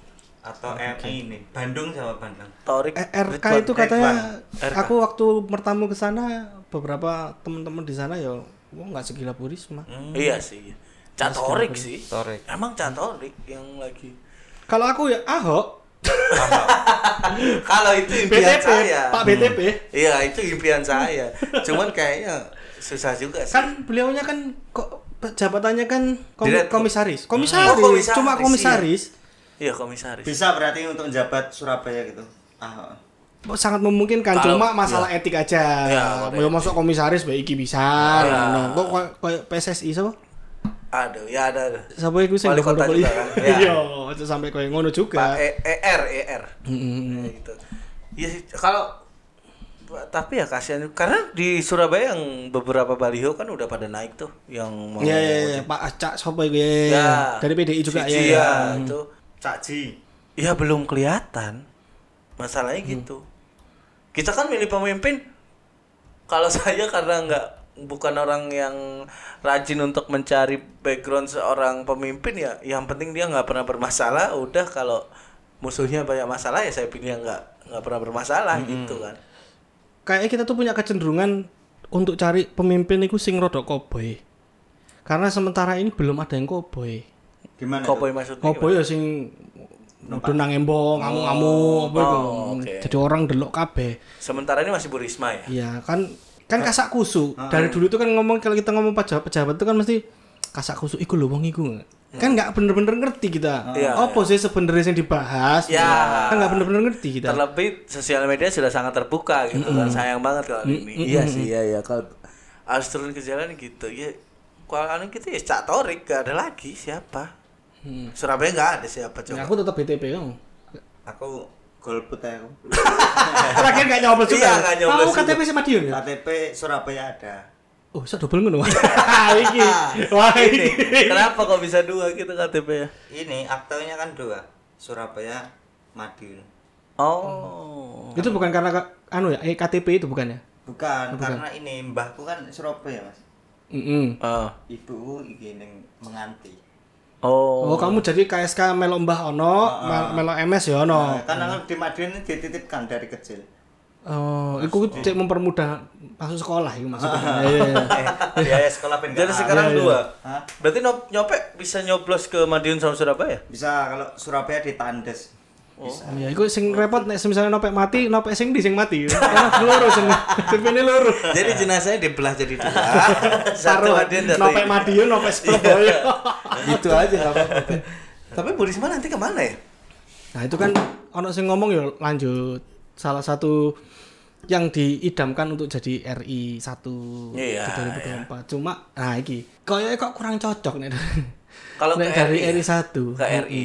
[SPEAKER 1] Atau MI ini. Bandung sama Bandung.
[SPEAKER 3] Torik,
[SPEAKER 2] Eh, RK
[SPEAKER 1] Ridwan,
[SPEAKER 2] itu katanya
[SPEAKER 3] Ridwan, RK.
[SPEAKER 2] aku waktu bertamu ke sana beberapa teman-teman di sana ya wah nggak segila Bu Risma.
[SPEAKER 3] iya sih. Cak Torik sih.
[SPEAKER 1] Torik.
[SPEAKER 3] Emang Cak Torik yang lagi.
[SPEAKER 2] Kalau aku ya Ahok,
[SPEAKER 3] kalau itu impian
[SPEAKER 2] BTP,
[SPEAKER 3] saya.
[SPEAKER 2] Pak BTP.
[SPEAKER 3] Iya, itu impian saya. Cuman kayaknya susah juga sih.
[SPEAKER 2] Kan beliaunya kan kok jabatannya kan kom-
[SPEAKER 3] Direktur.
[SPEAKER 2] komisaris. Komisaris.
[SPEAKER 3] Oh, komisaris,
[SPEAKER 2] cuma komisaris.
[SPEAKER 3] Iya, komisaris.
[SPEAKER 1] Bisa berarti untuk jabat Surabaya gitu. Ah.
[SPEAKER 2] sangat memungkinkan
[SPEAKER 3] Kalau-
[SPEAKER 2] cuma masalah etik aja.
[SPEAKER 3] Iya,
[SPEAKER 2] Ya,
[SPEAKER 3] makanya.
[SPEAKER 2] masuk komisaris baik iki bisa.
[SPEAKER 3] Iya.
[SPEAKER 2] Nah, Kok kayak- kayak PSSI siapa?
[SPEAKER 3] Aduh, ya ada. ada.
[SPEAKER 2] Siapa iku sing
[SPEAKER 3] Wali kota
[SPEAKER 2] double-double?
[SPEAKER 3] juga kan? Iya.
[SPEAKER 2] Iya, itu sampai kayak ngono
[SPEAKER 3] Pak
[SPEAKER 2] juga.
[SPEAKER 3] E- ER ER.
[SPEAKER 2] Mm-hmm.
[SPEAKER 3] Kayak gitu. Ya sih, kalau tapi ya kasihan karena di Surabaya yang beberapa baliho kan udah pada naik tuh yang mau
[SPEAKER 2] Iya, iya, iya, Pak Cak sapa iku ya.
[SPEAKER 3] Ya.
[SPEAKER 2] Dari PDI juga
[SPEAKER 3] Siji, iya.
[SPEAKER 2] ya.
[SPEAKER 3] itu.
[SPEAKER 1] Cak Ji.
[SPEAKER 3] Ya belum kelihatan. Masalahnya gitu. Kita kan milih pemimpin kalau saya karena nggak bukan orang yang rajin untuk mencari background seorang pemimpin ya yang penting dia nggak pernah bermasalah udah kalau musuhnya banyak masalah ya saya pilih yang nggak nggak pernah bermasalah gitu kan
[SPEAKER 2] kayaknya kita tuh punya kecenderungan untuk cari pemimpin itu sing rodok koboy karena sementara ini belum ada yang koboy
[SPEAKER 1] Gimana? tuh?
[SPEAKER 3] Cowboy maksudnya
[SPEAKER 2] koboy ya sing nang embong ngamu ngamu apa itu
[SPEAKER 3] Oh, oke.
[SPEAKER 2] jadi orang delok kabeh
[SPEAKER 3] gimana? sementara ini masih Bu Risma ya
[SPEAKER 2] ya kan kan kasak kusu dari dulu tuh kan ngomong kalau kita ngomong pejabat pejabat tuh kan mesti kasak kusu iku lho wong iku kan nggak bener-bener ngerti kita
[SPEAKER 3] Iya,
[SPEAKER 2] apa sih sebenarnya yang dibahas
[SPEAKER 3] Ya.
[SPEAKER 2] kan nggak bener-bener ngerti kita
[SPEAKER 3] terlebih sosial media sudah sangat terbuka gitu kan sayang banget kalau ini iya sih iya iya kalau harus turun ke jalan gitu ya kalau anu kita ya cak torik gak ada lagi siapa Surabaya nggak ada siapa
[SPEAKER 2] Ya,
[SPEAKER 3] coba
[SPEAKER 2] Hmm. aku tetap BTP kamu
[SPEAKER 1] Aku golput ya aku.
[SPEAKER 2] terakhir nggak nyoblos juga
[SPEAKER 3] Iya, nggak nyoblos
[SPEAKER 2] kamu
[SPEAKER 3] juga.
[SPEAKER 2] KTP sama Dion
[SPEAKER 3] Iya.
[SPEAKER 2] ya
[SPEAKER 1] KTP Surabaya ada.
[SPEAKER 2] Oh, saya double ngono. Wah, iki. Wah,
[SPEAKER 3] Ini,
[SPEAKER 2] iki.
[SPEAKER 3] kenapa kok bisa dua gitu KTP ya
[SPEAKER 1] Ini aktenya kan dua. Surabaya Madiun.
[SPEAKER 3] oh
[SPEAKER 2] Itu bukan karena ka- anu ya, eh, KTP itu bukan ya?
[SPEAKER 1] Bukan, karena ini mbahku kan Surabaya, Mas.
[SPEAKER 2] Mm-mm.
[SPEAKER 3] Ah.
[SPEAKER 1] Ibuku iki ning menganti.
[SPEAKER 3] oh
[SPEAKER 2] Oh, kamu jadi KSK Melo Mbah ono, Mel- Melo MS
[SPEAKER 3] Iya.
[SPEAKER 2] ya ono.
[SPEAKER 1] Karena kan di Madiun ini dititipkan dari kecil.
[SPEAKER 2] Oh, iku cek mempermudah masuk sekolah iku maksudnya. Iya, iya, iya.
[SPEAKER 1] Eh, biaya sekolah Iya, pengen
[SPEAKER 3] jadi sekarang dua
[SPEAKER 1] Hah?
[SPEAKER 3] berarti nop- nyopet bisa nyoblos ke Madiun sama Surabaya
[SPEAKER 1] bisa kalau Surabaya ditandes.
[SPEAKER 2] Ya iku sing repot nek misalnya nopek mati, nopek sing di sing mati. Karena loro sing sepene loro.
[SPEAKER 4] Jadi
[SPEAKER 3] Nah.
[SPEAKER 4] jenazahnya dibelah jadi dua. Satu
[SPEAKER 2] Taruh
[SPEAKER 4] ada dari
[SPEAKER 2] nopek mati yo nopek sepelboyo.
[SPEAKER 3] Iya.
[SPEAKER 4] Gitu aja nggak apa-apa. Tapi Bu Risma nanti kemana ya?
[SPEAKER 2] Nah, itu kan ono sing ngomong yo lanjut salah satu yang diidamkan untuk jadi RI 1
[SPEAKER 3] Iya,
[SPEAKER 2] di 2024. Cuma nah iki kayaknya kok kurang cocok nek.
[SPEAKER 3] Kalau
[SPEAKER 2] nek
[SPEAKER 3] ke
[SPEAKER 2] dari
[SPEAKER 3] RI,
[SPEAKER 2] RI 1
[SPEAKER 3] ke ya? RI.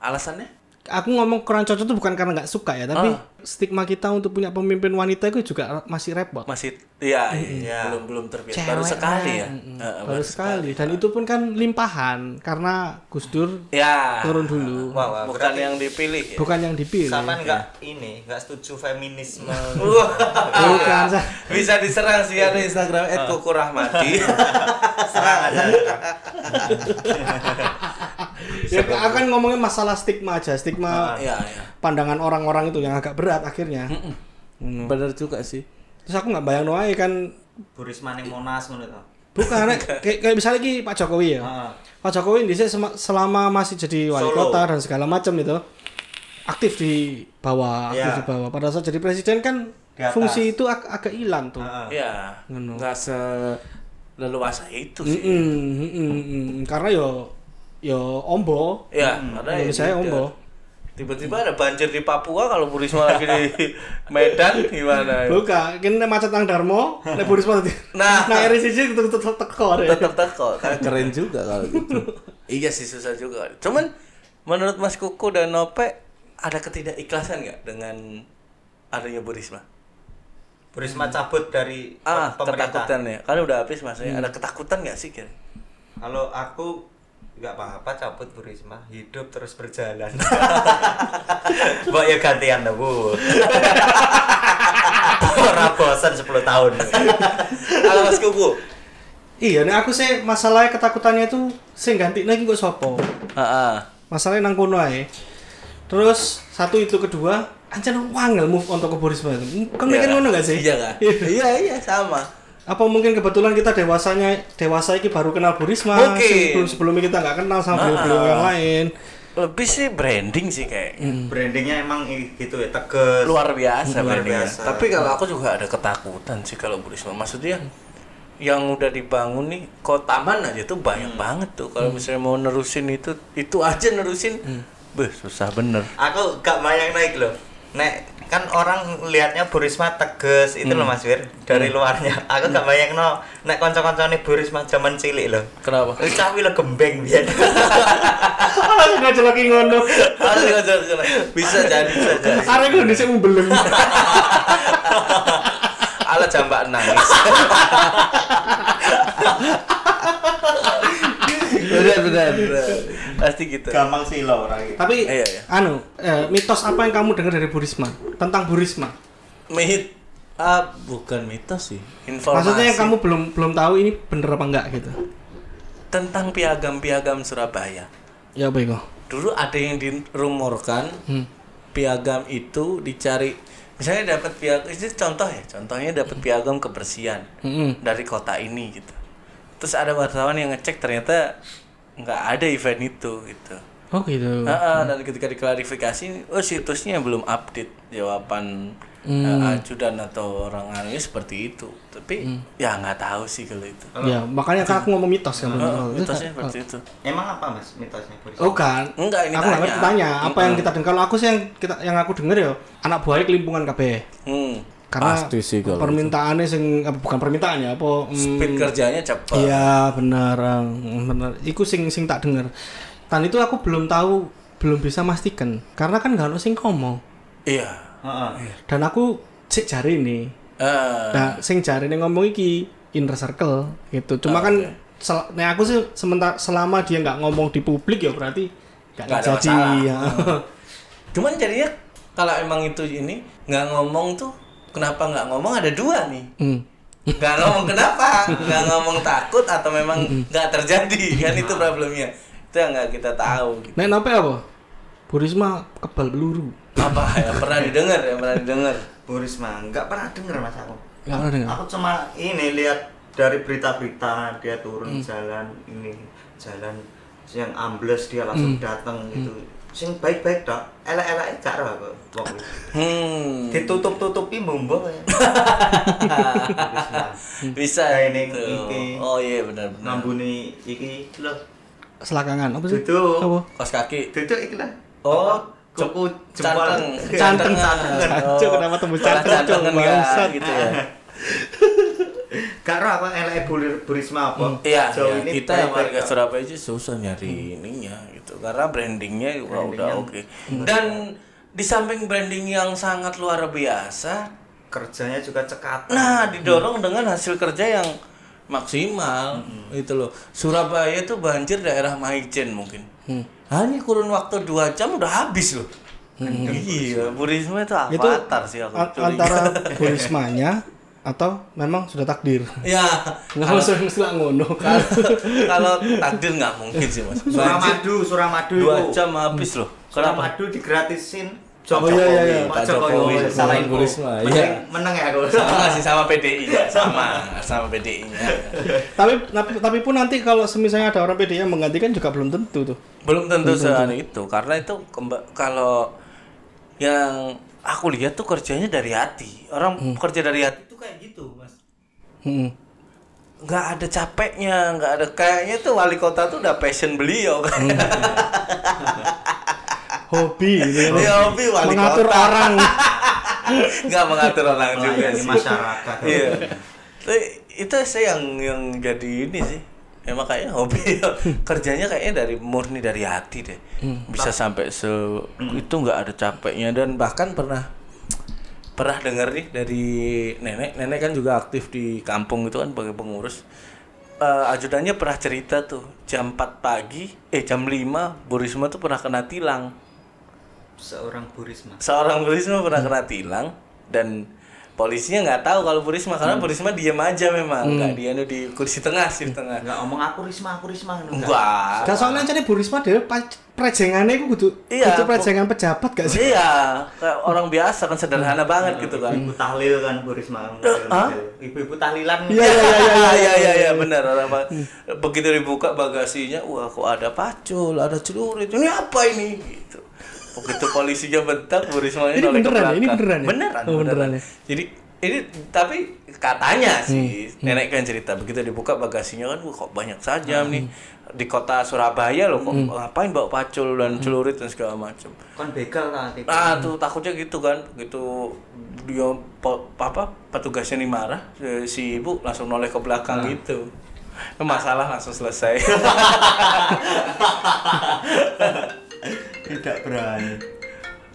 [SPEAKER 3] Alasannya?
[SPEAKER 2] aku ngomong kurang cocok itu bukan karena nggak suka ya, tapi
[SPEAKER 3] Ah.
[SPEAKER 2] stigma kita untuk punya pemimpin wanita itu juga masih repot.
[SPEAKER 3] Masih ya, iya.
[SPEAKER 1] Iya.
[SPEAKER 3] belum belum terbiasa.
[SPEAKER 2] Cewek
[SPEAKER 3] Baru sekali
[SPEAKER 2] lah.
[SPEAKER 3] ya.
[SPEAKER 2] Mm-mm.
[SPEAKER 3] Eh, eh,
[SPEAKER 2] baru sekali. Dan itu pun kan limpahan karena Gus Dur
[SPEAKER 3] Ya.
[SPEAKER 2] turun dulu,
[SPEAKER 1] Wah, wah,
[SPEAKER 3] Bukan
[SPEAKER 1] berarti
[SPEAKER 3] yang dipilih. ya.
[SPEAKER 2] bukan yang dipilih.
[SPEAKER 1] sampean enggak ini, enggak setuju feminisme.
[SPEAKER 2] Bukan.
[SPEAKER 3] ya?
[SPEAKER 2] Ah. Sa-
[SPEAKER 3] Bisa diserang sih ada Instagram @kukurahmadi.
[SPEAKER 1] Serang aja.
[SPEAKER 2] Ya, aku kan ngomongin masalah stigma aja, stigma
[SPEAKER 3] Iya, iya.
[SPEAKER 2] pandangan orang-orang itu yang agak berat akhirnya.
[SPEAKER 3] Bener juga sih.
[SPEAKER 2] Terus aku nggak bayang aja kan
[SPEAKER 1] Bu Risma ning Monas ngono to.
[SPEAKER 2] bukan nek, kayak, kayak misalnya ki Pak Jokowi
[SPEAKER 3] Iya.
[SPEAKER 2] ya.
[SPEAKER 1] Heeh.
[SPEAKER 2] Pak Jokowi di selama masih jadi wali
[SPEAKER 1] Solo.
[SPEAKER 2] kota dan segala macam itu aktif di bawah, aktif
[SPEAKER 1] Ya.
[SPEAKER 2] di bawah. Pada saat jadi presiden kan
[SPEAKER 1] Di atas. Ah.
[SPEAKER 2] fungsi itu ag- agak hilang tuh.
[SPEAKER 1] Heeh.
[SPEAKER 3] Iya.
[SPEAKER 2] Ah. Ngono.
[SPEAKER 3] Enggak se leluasa itu sih.
[SPEAKER 2] Mm-mm, mm-mm, mm-mm. Karena yo yo ombo.
[SPEAKER 3] Ya, karena
[SPEAKER 2] Menurut
[SPEAKER 3] ini
[SPEAKER 2] saya
[SPEAKER 3] dia-
[SPEAKER 2] ombo.
[SPEAKER 3] Tiba-tiba ada banjir di Papua kalau Bu Risma lagi di Medan gimana? ya?
[SPEAKER 2] Buka, kini macet nang Darmo, nek Bu Risma tadi.
[SPEAKER 3] Nah.
[SPEAKER 2] nah RCJ tetep tetep teko deh.
[SPEAKER 3] Tetap teko. kan?
[SPEAKER 4] Keren juga kalau gitu.
[SPEAKER 3] Iya sih susah juga. Cuman menurut Mas Kuku dan Nope ada ketidakikhlasan nggak dengan adanya Bu Risma?
[SPEAKER 1] Bu Risma cabut dari
[SPEAKER 3] Ah,
[SPEAKER 1] pemerintah.
[SPEAKER 3] ketakutan ya. Kan udah habis maksudnya. Ada ketakutan nggak sih kira?
[SPEAKER 1] Kalau aku nggak apa-apa cabut Bu Risma, hidup terus berjalan. Mbok ya gantian dah, Bu. Ora bosan 10 tahun.
[SPEAKER 3] Kalau Mas Kuku?
[SPEAKER 2] Iya, nek aku sih masalahnya ketakutannya itu sing ganti lagi kok sopo.
[SPEAKER 3] Ah,
[SPEAKER 2] Masalahnya nang kono ae. Terus satu itu kedua, anjir wangel move on ke Bu Risma. Kan mikir ngono gak sih?
[SPEAKER 3] Iya nggak? Iya iya sama.
[SPEAKER 2] Apa mungkin kebetulan kita dewasanya dewasa ini baru kenal Bu Risma?
[SPEAKER 3] Mungkin.
[SPEAKER 2] Sebelum sebelumnya kita nggak kenal sama
[SPEAKER 3] Nah.
[SPEAKER 2] beliau-beliau yang lain.
[SPEAKER 3] Lebih sih branding sih kayak
[SPEAKER 1] Brandingnya emang i- gitu ya, tegas.
[SPEAKER 3] luar biasa
[SPEAKER 1] Luar
[SPEAKER 3] brandingnya.
[SPEAKER 1] biasa.
[SPEAKER 3] Tapi kalau aku juga ada ketakutan sih kalau Bu Risma. Maksudnya yang udah dibangun nih kok taman aja tuh banyak banget tuh kalau misalnya mau nerusin itu itu aja nerusin beh susah bener
[SPEAKER 1] Aku gak bayang naik loh. Nek kan orang lihatnya Bu Risma tegas itu loh Mas Wir dari luarnya. Aku gak bayang no nek kanca-kancane Bu Risma zaman cilik loh.
[SPEAKER 3] kenapa
[SPEAKER 1] Cah lo gembeng biar.
[SPEAKER 2] Alah nggak jelek Ah, ngono.
[SPEAKER 3] Asli, asli, asli. bisa jadi bisa jadi
[SPEAKER 2] Arek gue dhisik mbeleng.
[SPEAKER 3] ala jambak nangis
[SPEAKER 4] Benar benar. benar.
[SPEAKER 3] pasti gitu
[SPEAKER 1] Gampang sih lo orang gitu.
[SPEAKER 2] Tapi
[SPEAKER 3] Iya, iya.
[SPEAKER 2] anu, eh, mitos apa yang kamu dengar dari Bu Risma? Tentang Bu Risma.
[SPEAKER 3] mit
[SPEAKER 4] Ah, bukan mitos sih.
[SPEAKER 3] informasi
[SPEAKER 2] Maksudnya yang kamu belum belum tahu ini bener apa enggak gitu.
[SPEAKER 3] tentang piagam-piagam Surabaya
[SPEAKER 2] Ya Hmm. baik kok.
[SPEAKER 3] dulu ada yang dirumorkan piagam itu dicari misalnya dapat piagam itu contoh ya contohnya dapat piagam kebersihan
[SPEAKER 2] Mm-mm.
[SPEAKER 3] dari kota ini gitu terus ada wartawan yang ngecek ternyata nggak ada event itu gitu
[SPEAKER 2] Oh gitu.
[SPEAKER 3] Ah, ah, dan ketika diklarifikasi oh situsnya belum update jawaban
[SPEAKER 2] Hmm.
[SPEAKER 3] eh, ajudan atau orang anu seperti itu tapi
[SPEAKER 2] Hmm.
[SPEAKER 3] ya nggak tahu sih kalau itu
[SPEAKER 2] Ya, makanya kan aku ngomong mitos kan.
[SPEAKER 3] Ah,
[SPEAKER 2] bener.
[SPEAKER 3] mitosnya seperti itu
[SPEAKER 1] Emang apa Mas mitosnya Bu Risma?
[SPEAKER 2] Oh kan.
[SPEAKER 3] Enggak, Hmm, ini
[SPEAKER 2] aku nggak ngerti
[SPEAKER 3] tanya. Hmm.
[SPEAKER 2] tanya apa yang kita dengar. Kalau aku sih yang kita yang aku dengar ya anak buahnya kelimpungan kabeh.
[SPEAKER 3] hmm.
[SPEAKER 2] Karena
[SPEAKER 4] Pasti sih
[SPEAKER 3] Iya,
[SPEAKER 4] kalau
[SPEAKER 2] permintaannya sing apa, bukan permintaannya apa mm,
[SPEAKER 3] speed kerjanya cepat
[SPEAKER 2] Iya benar, mm, benar. Iku sing sing tak dengar. Tan itu aku belum tahu, belum bisa mastikan. Karena kan nggak ada sing ngomong.
[SPEAKER 3] iya
[SPEAKER 1] Heeh.
[SPEAKER 2] Dan aku cek jari nih.
[SPEAKER 3] Eh,
[SPEAKER 2] Nah, sing jari nih ngomong iki inner circle gitu.
[SPEAKER 3] Ah,
[SPEAKER 2] Cuma kan sel- nek aku sih sementara selama dia nggak ngomong di publik ya berarti nggak
[SPEAKER 3] Nggak ada
[SPEAKER 2] jadi.
[SPEAKER 3] masalah.
[SPEAKER 2] Ya.
[SPEAKER 3] cuman jadinya kalau emang itu ini nggak ngomong tuh kenapa nggak ngomong ada dua nih
[SPEAKER 2] Hmm.
[SPEAKER 3] nggak ngomong kenapa nggak ngomong takut atau memang nggak terjadi kan itu problemnya itu yang nggak kita tahu gitu.
[SPEAKER 2] Nek nope apa? Bu Risma kebal peluru.
[SPEAKER 3] apa ya pernah didengar ya pernah didengar
[SPEAKER 1] Bu Risma nggak pernah denger Mas aku.
[SPEAKER 2] Nggak pernah
[SPEAKER 3] Iya.
[SPEAKER 2] dengar.
[SPEAKER 1] Aku cuma ini lihat dari berita-berita dia
[SPEAKER 3] Hmm. Hmm.
[SPEAKER 1] turun jalan ini jalan yang ambles dia langsung datang gitu. sing baik-baik tok elek-elek gak roh aku wong kuwi.
[SPEAKER 3] Hmm.
[SPEAKER 1] ditutup-tutupi mumbo kaya
[SPEAKER 3] Bisa
[SPEAKER 1] Kayak
[SPEAKER 3] gitu.
[SPEAKER 1] ning iki.
[SPEAKER 3] Oh iya benar benar.
[SPEAKER 1] ngambuni iki lho
[SPEAKER 2] Selakangan apa sih?
[SPEAKER 1] Duduk.
[SPEAKER 2] Apa?
[SPEAKER 3] Kos kaki.
[SPEAKER 1] duduk iki lah
[SPEAKER 3] Oh,
[SPEAKER 1] cukup jempol
[SPEAKER 3] Canteng, Oh.
[SPEAKER 1] canteng
[SPEAKER 3] cantengan.
[SPEAKER 1] canteng
[SPEAKER 2] Cuk, kenapa tembus
[SPEAKER 3] Malah
[SPEAKER 2] canteng, Cuk?
[SPEAKER 3] cantengan, kan,
[SPEAKER 2] Bangsat.
[SPEAKER 3] gitu ya.
[SPEAKER 1] gak roh aku elek bulir burisma apa
[SPEAKER 3] Iya,
[SPEAKER 1] Sejauh
[SPEAKER 3] ya,
[SPEAKER 1] ini
[SPEAKER 3] kita yang
[SPEAKER 1] baik-baik
[SPEAKER 3] warga
[SPEAKER 1] tok.
[SPEAKER 3] Surabaya sih susah nyari ininya gitu karena brandingnya juga udah
[SPEAKER 1] Brandingnya.
[SPEAKER 3] oke. Hmm. Dan di samping branding yang sangat luar biasa,
[SPEAKER 1] kerjanya juga cekatan
[SPEAKER 3] nah didorong dengan hasil kerja yang maksimal gitu loh. Surabaya itu banjir daerah Maijen mungkin. Hanya kurun waktu dua jam udah habis loh. Iya, Burisma itu
[SPEAKER 2] Itu
[SPEAKER 3] avatar sih aku
[SPEAKER 2] an-
[SPEAKER 3] curiga.
[SPEAKER 2] antara Burismanya atau memang sudah takdir.
[SPEAKER 3] ya
[SPEAKER 2] Nggak usah mesti lah ngono.
[SPEAKER 3] kalau takdir nggak mungkin sih mas. Banjir
[SPEAKER 1] Suramadu Suramadu
[SPEAKER 3] dua
[SPEAKER 1] itu.
[SPEAKER 3] jam habis loh. Kenapa?
[SPEAKER 1] Suramadu digratisin Jok-
[SPEAKER 2] Oh, iya, iya, iya.
[SPEAKER 1] Pak
[SPEAKER 3] Pak
[SPEAKER 1] Jokowi,
[SPEAKER 3] Jokowi, Oh,
[SPEAKER 1] salahin
[SPEAKER 2] Bu Risma,
[SPEAKER 1] Meneng-
[SPEAKER 2] iya.
[SPEAKER 1] meneng ya aku
[SPEAKER 3] sama sih sama PDI ya sama sama PDI nya
[SPEAKER 2] tapi, tapi tapi pun nanti kalau semisalnya ada orang PD yang menggantikan juga belum tentu tuh.
[SPEAKER 3] belum tentu sehan itu karena itu kemba- kalau yang aku lihat tuh kerjanya dari hati orang kerja dari hati tuh kayak gitu mas
[SPEAKER 2] Hmm.
[SPEAKER 3] nggak ada capeknya nggak ada kayaknya tuh wali kota tuh udah passion beliau kayak
[SPEAKER 2] Hobi gitu
[SPEAKER 3] Dia
[SPEAKER 2] ya.
[SPEAKER 3] hobi Iya, wali
[SPEAKER 2] Mengatur
[SPEAKER 3] kota
[SPEAKER 2] orang.
[SPEAKER 3] nggak mengatur orang juga
[SPEAKER 1] melayani
[SPEAKER 3] iya sih
[SPEAKER 1] masyarakat
[SPEAKER 3] iya Tapi itu sih yang yang jadi ini sih emang kayaknya hobi ya. kerjanya kayaknya dari murni dari hati deh bisa sampai se itu nggak ada capeknya dan bahkan pernah pernah denger nih dari nenek nenek kan juga aktif di kampung itu kan sebagai pengurus Eh, ajudannya pernah cerita tuh jam 4 pagi eh jam 5 Bu Risma tuh pernah kena tilang
[SPEAKER 1] seorang burisma
[SPEAKER 3] seorang Burisma pernah kena tilang dan polisinya nggak tahu kalau Burisma karena Burisma diem aja memang nggak dia di kursi tengah shift tengah
[SPEAKER 1] nggak ngomong aku Risma aku Risma enggak
[SPEAKER 3] enggak
[SPEAKER 2] Gak soalnya jadi Burisma dhewe prejengannya itu kudu
[SPEAKER 3] Iya,
[SPEAKER 2] kudu
[SPEAKER 3] Bu-
[SPEAKER 2] prejengan pejabat gak sih?
[SPEAKER 3] iya kayak orang biasa kan sederhana banget gitu kan
[SPEAKER 1] ibu tahlil kan burisma
[SPEAKER 3] Hah?
[SPEAKER 1] ibu-ibu tahlilan
[SPEAKER 2] Iya iya iya iya.
[SPEAKER 3] iya iya iya iya benar orang Pak. begitu dibuka bagasinya wah kok ada pacul ada celurit ini apa ini gitu begitu polisinya bentak Bu Risma
[SPEAKER 2] Ini
[SPEAKER 3] noleh ke
[SPEAKER 2] beneran ya? Ini
[SPEAKER 3] belakang.
[SPEAKER 2] beneran ya?
[SPEAKER 3] beneran,
[SPEAKER 2] Oh, beneran
[SPEAKER 3] beneran.
[SPEAKER 2] ya? Hmm,
[SPEAKER 3] jadi ini tapi katanya sih nenek kan cerita begitu dibuka bagasinya kan wah kok banyak sajam
[SPEAKER 2] Hmm,
[SPEAKER 3] nih di kota Surabaya loh kok ngapain bawa pacul dan
[SPEAKER 2] Hmm.
[SPEAKER 3] celurit dan segala macam
[SPEAKER 1] kon begal lah tipe
[SPEAKER 3] Ah tuh takutnya gitu kan, gitu dia po- apa petugasnya nih marah, si- si ibu langsung noleh ke belakang
[SPEAKER 1] Nah.
[SPEAKER 3] gitu. Masalah langsung selesai.
[SPEAKER 1] tidak berani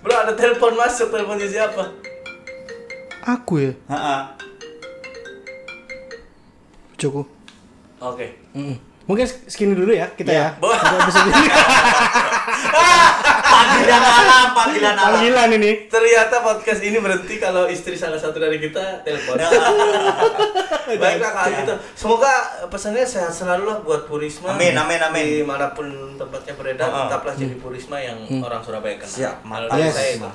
[SPEAKER 3] Bro ada telepon masuk, teleponnya siapa?
[SPEAKER 2] Aku ya,
[SPEAKER 1] Heeh.
[SPEAKER 2] Joko.
[SPEAKER 3] Oke.
[SPEAKER 2] Mm-mm. Hmm. Mungkin segini dulu ya kita ya.
[SPEAKER 3] Bo-
[SPEAKER 2] Untuk episode ini.
[SPEAKER 1] panggilan alam
[SPEAKER 3] Iya,
[SPEAKER 1] panggilan
[SPEAKER 3] nah.
[SPEAKER 1] alam
[SPEAKER 2] Panggilan ini.
[SPEAKER 3] Ternyata podcast ini berhenti kalau istri salah satu dari kita telepon. Baiklah kalau gitu. Semoga pesannya sehat selalu lah buat Purisma.
[SPEAKER 1] Amin, amin, amin.
[SPEAKER 3] Dimanapun tempatnya beredar,
[SPEAKER 1] Heeh. Hmm.
[SPEAKER 3] tetaplah jadi Purisma yang orang Surabaya kenal.
[SPEAKER 1] Siap,
[SPEAKER 3] Kalau
[SPEAKER 1] mantap.
[SPEAKER 3] dari
[SPEAKER 2] Yes.
[SPEAKER 3] saya itu.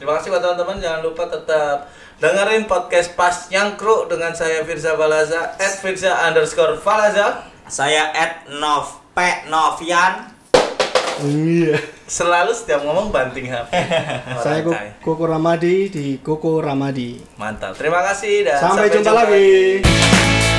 [SPEAKER 3] Terima kasih buat teman-teman. Jangan lupa tetap dengerin podcast Pas Nyangkru dengan saya Firza Balaza at Firza underscore Falaza.
[SPEAKER 1] saya at Nov P Novian
[SPEAKER 2] Iya.
[SPEAKER 3] Selalu setiap ngomong banting HP. Orang
[SPEAKER 2] Saya Ko-
[SPEAKER 3] kaya.
[SPEAKER 2] Koko Ramadi di Koko Ramadi.
[SPEAKER 3] Mantap. Terima kasih dan
[SPEAKER 2] Sampai, jumpa, lagi.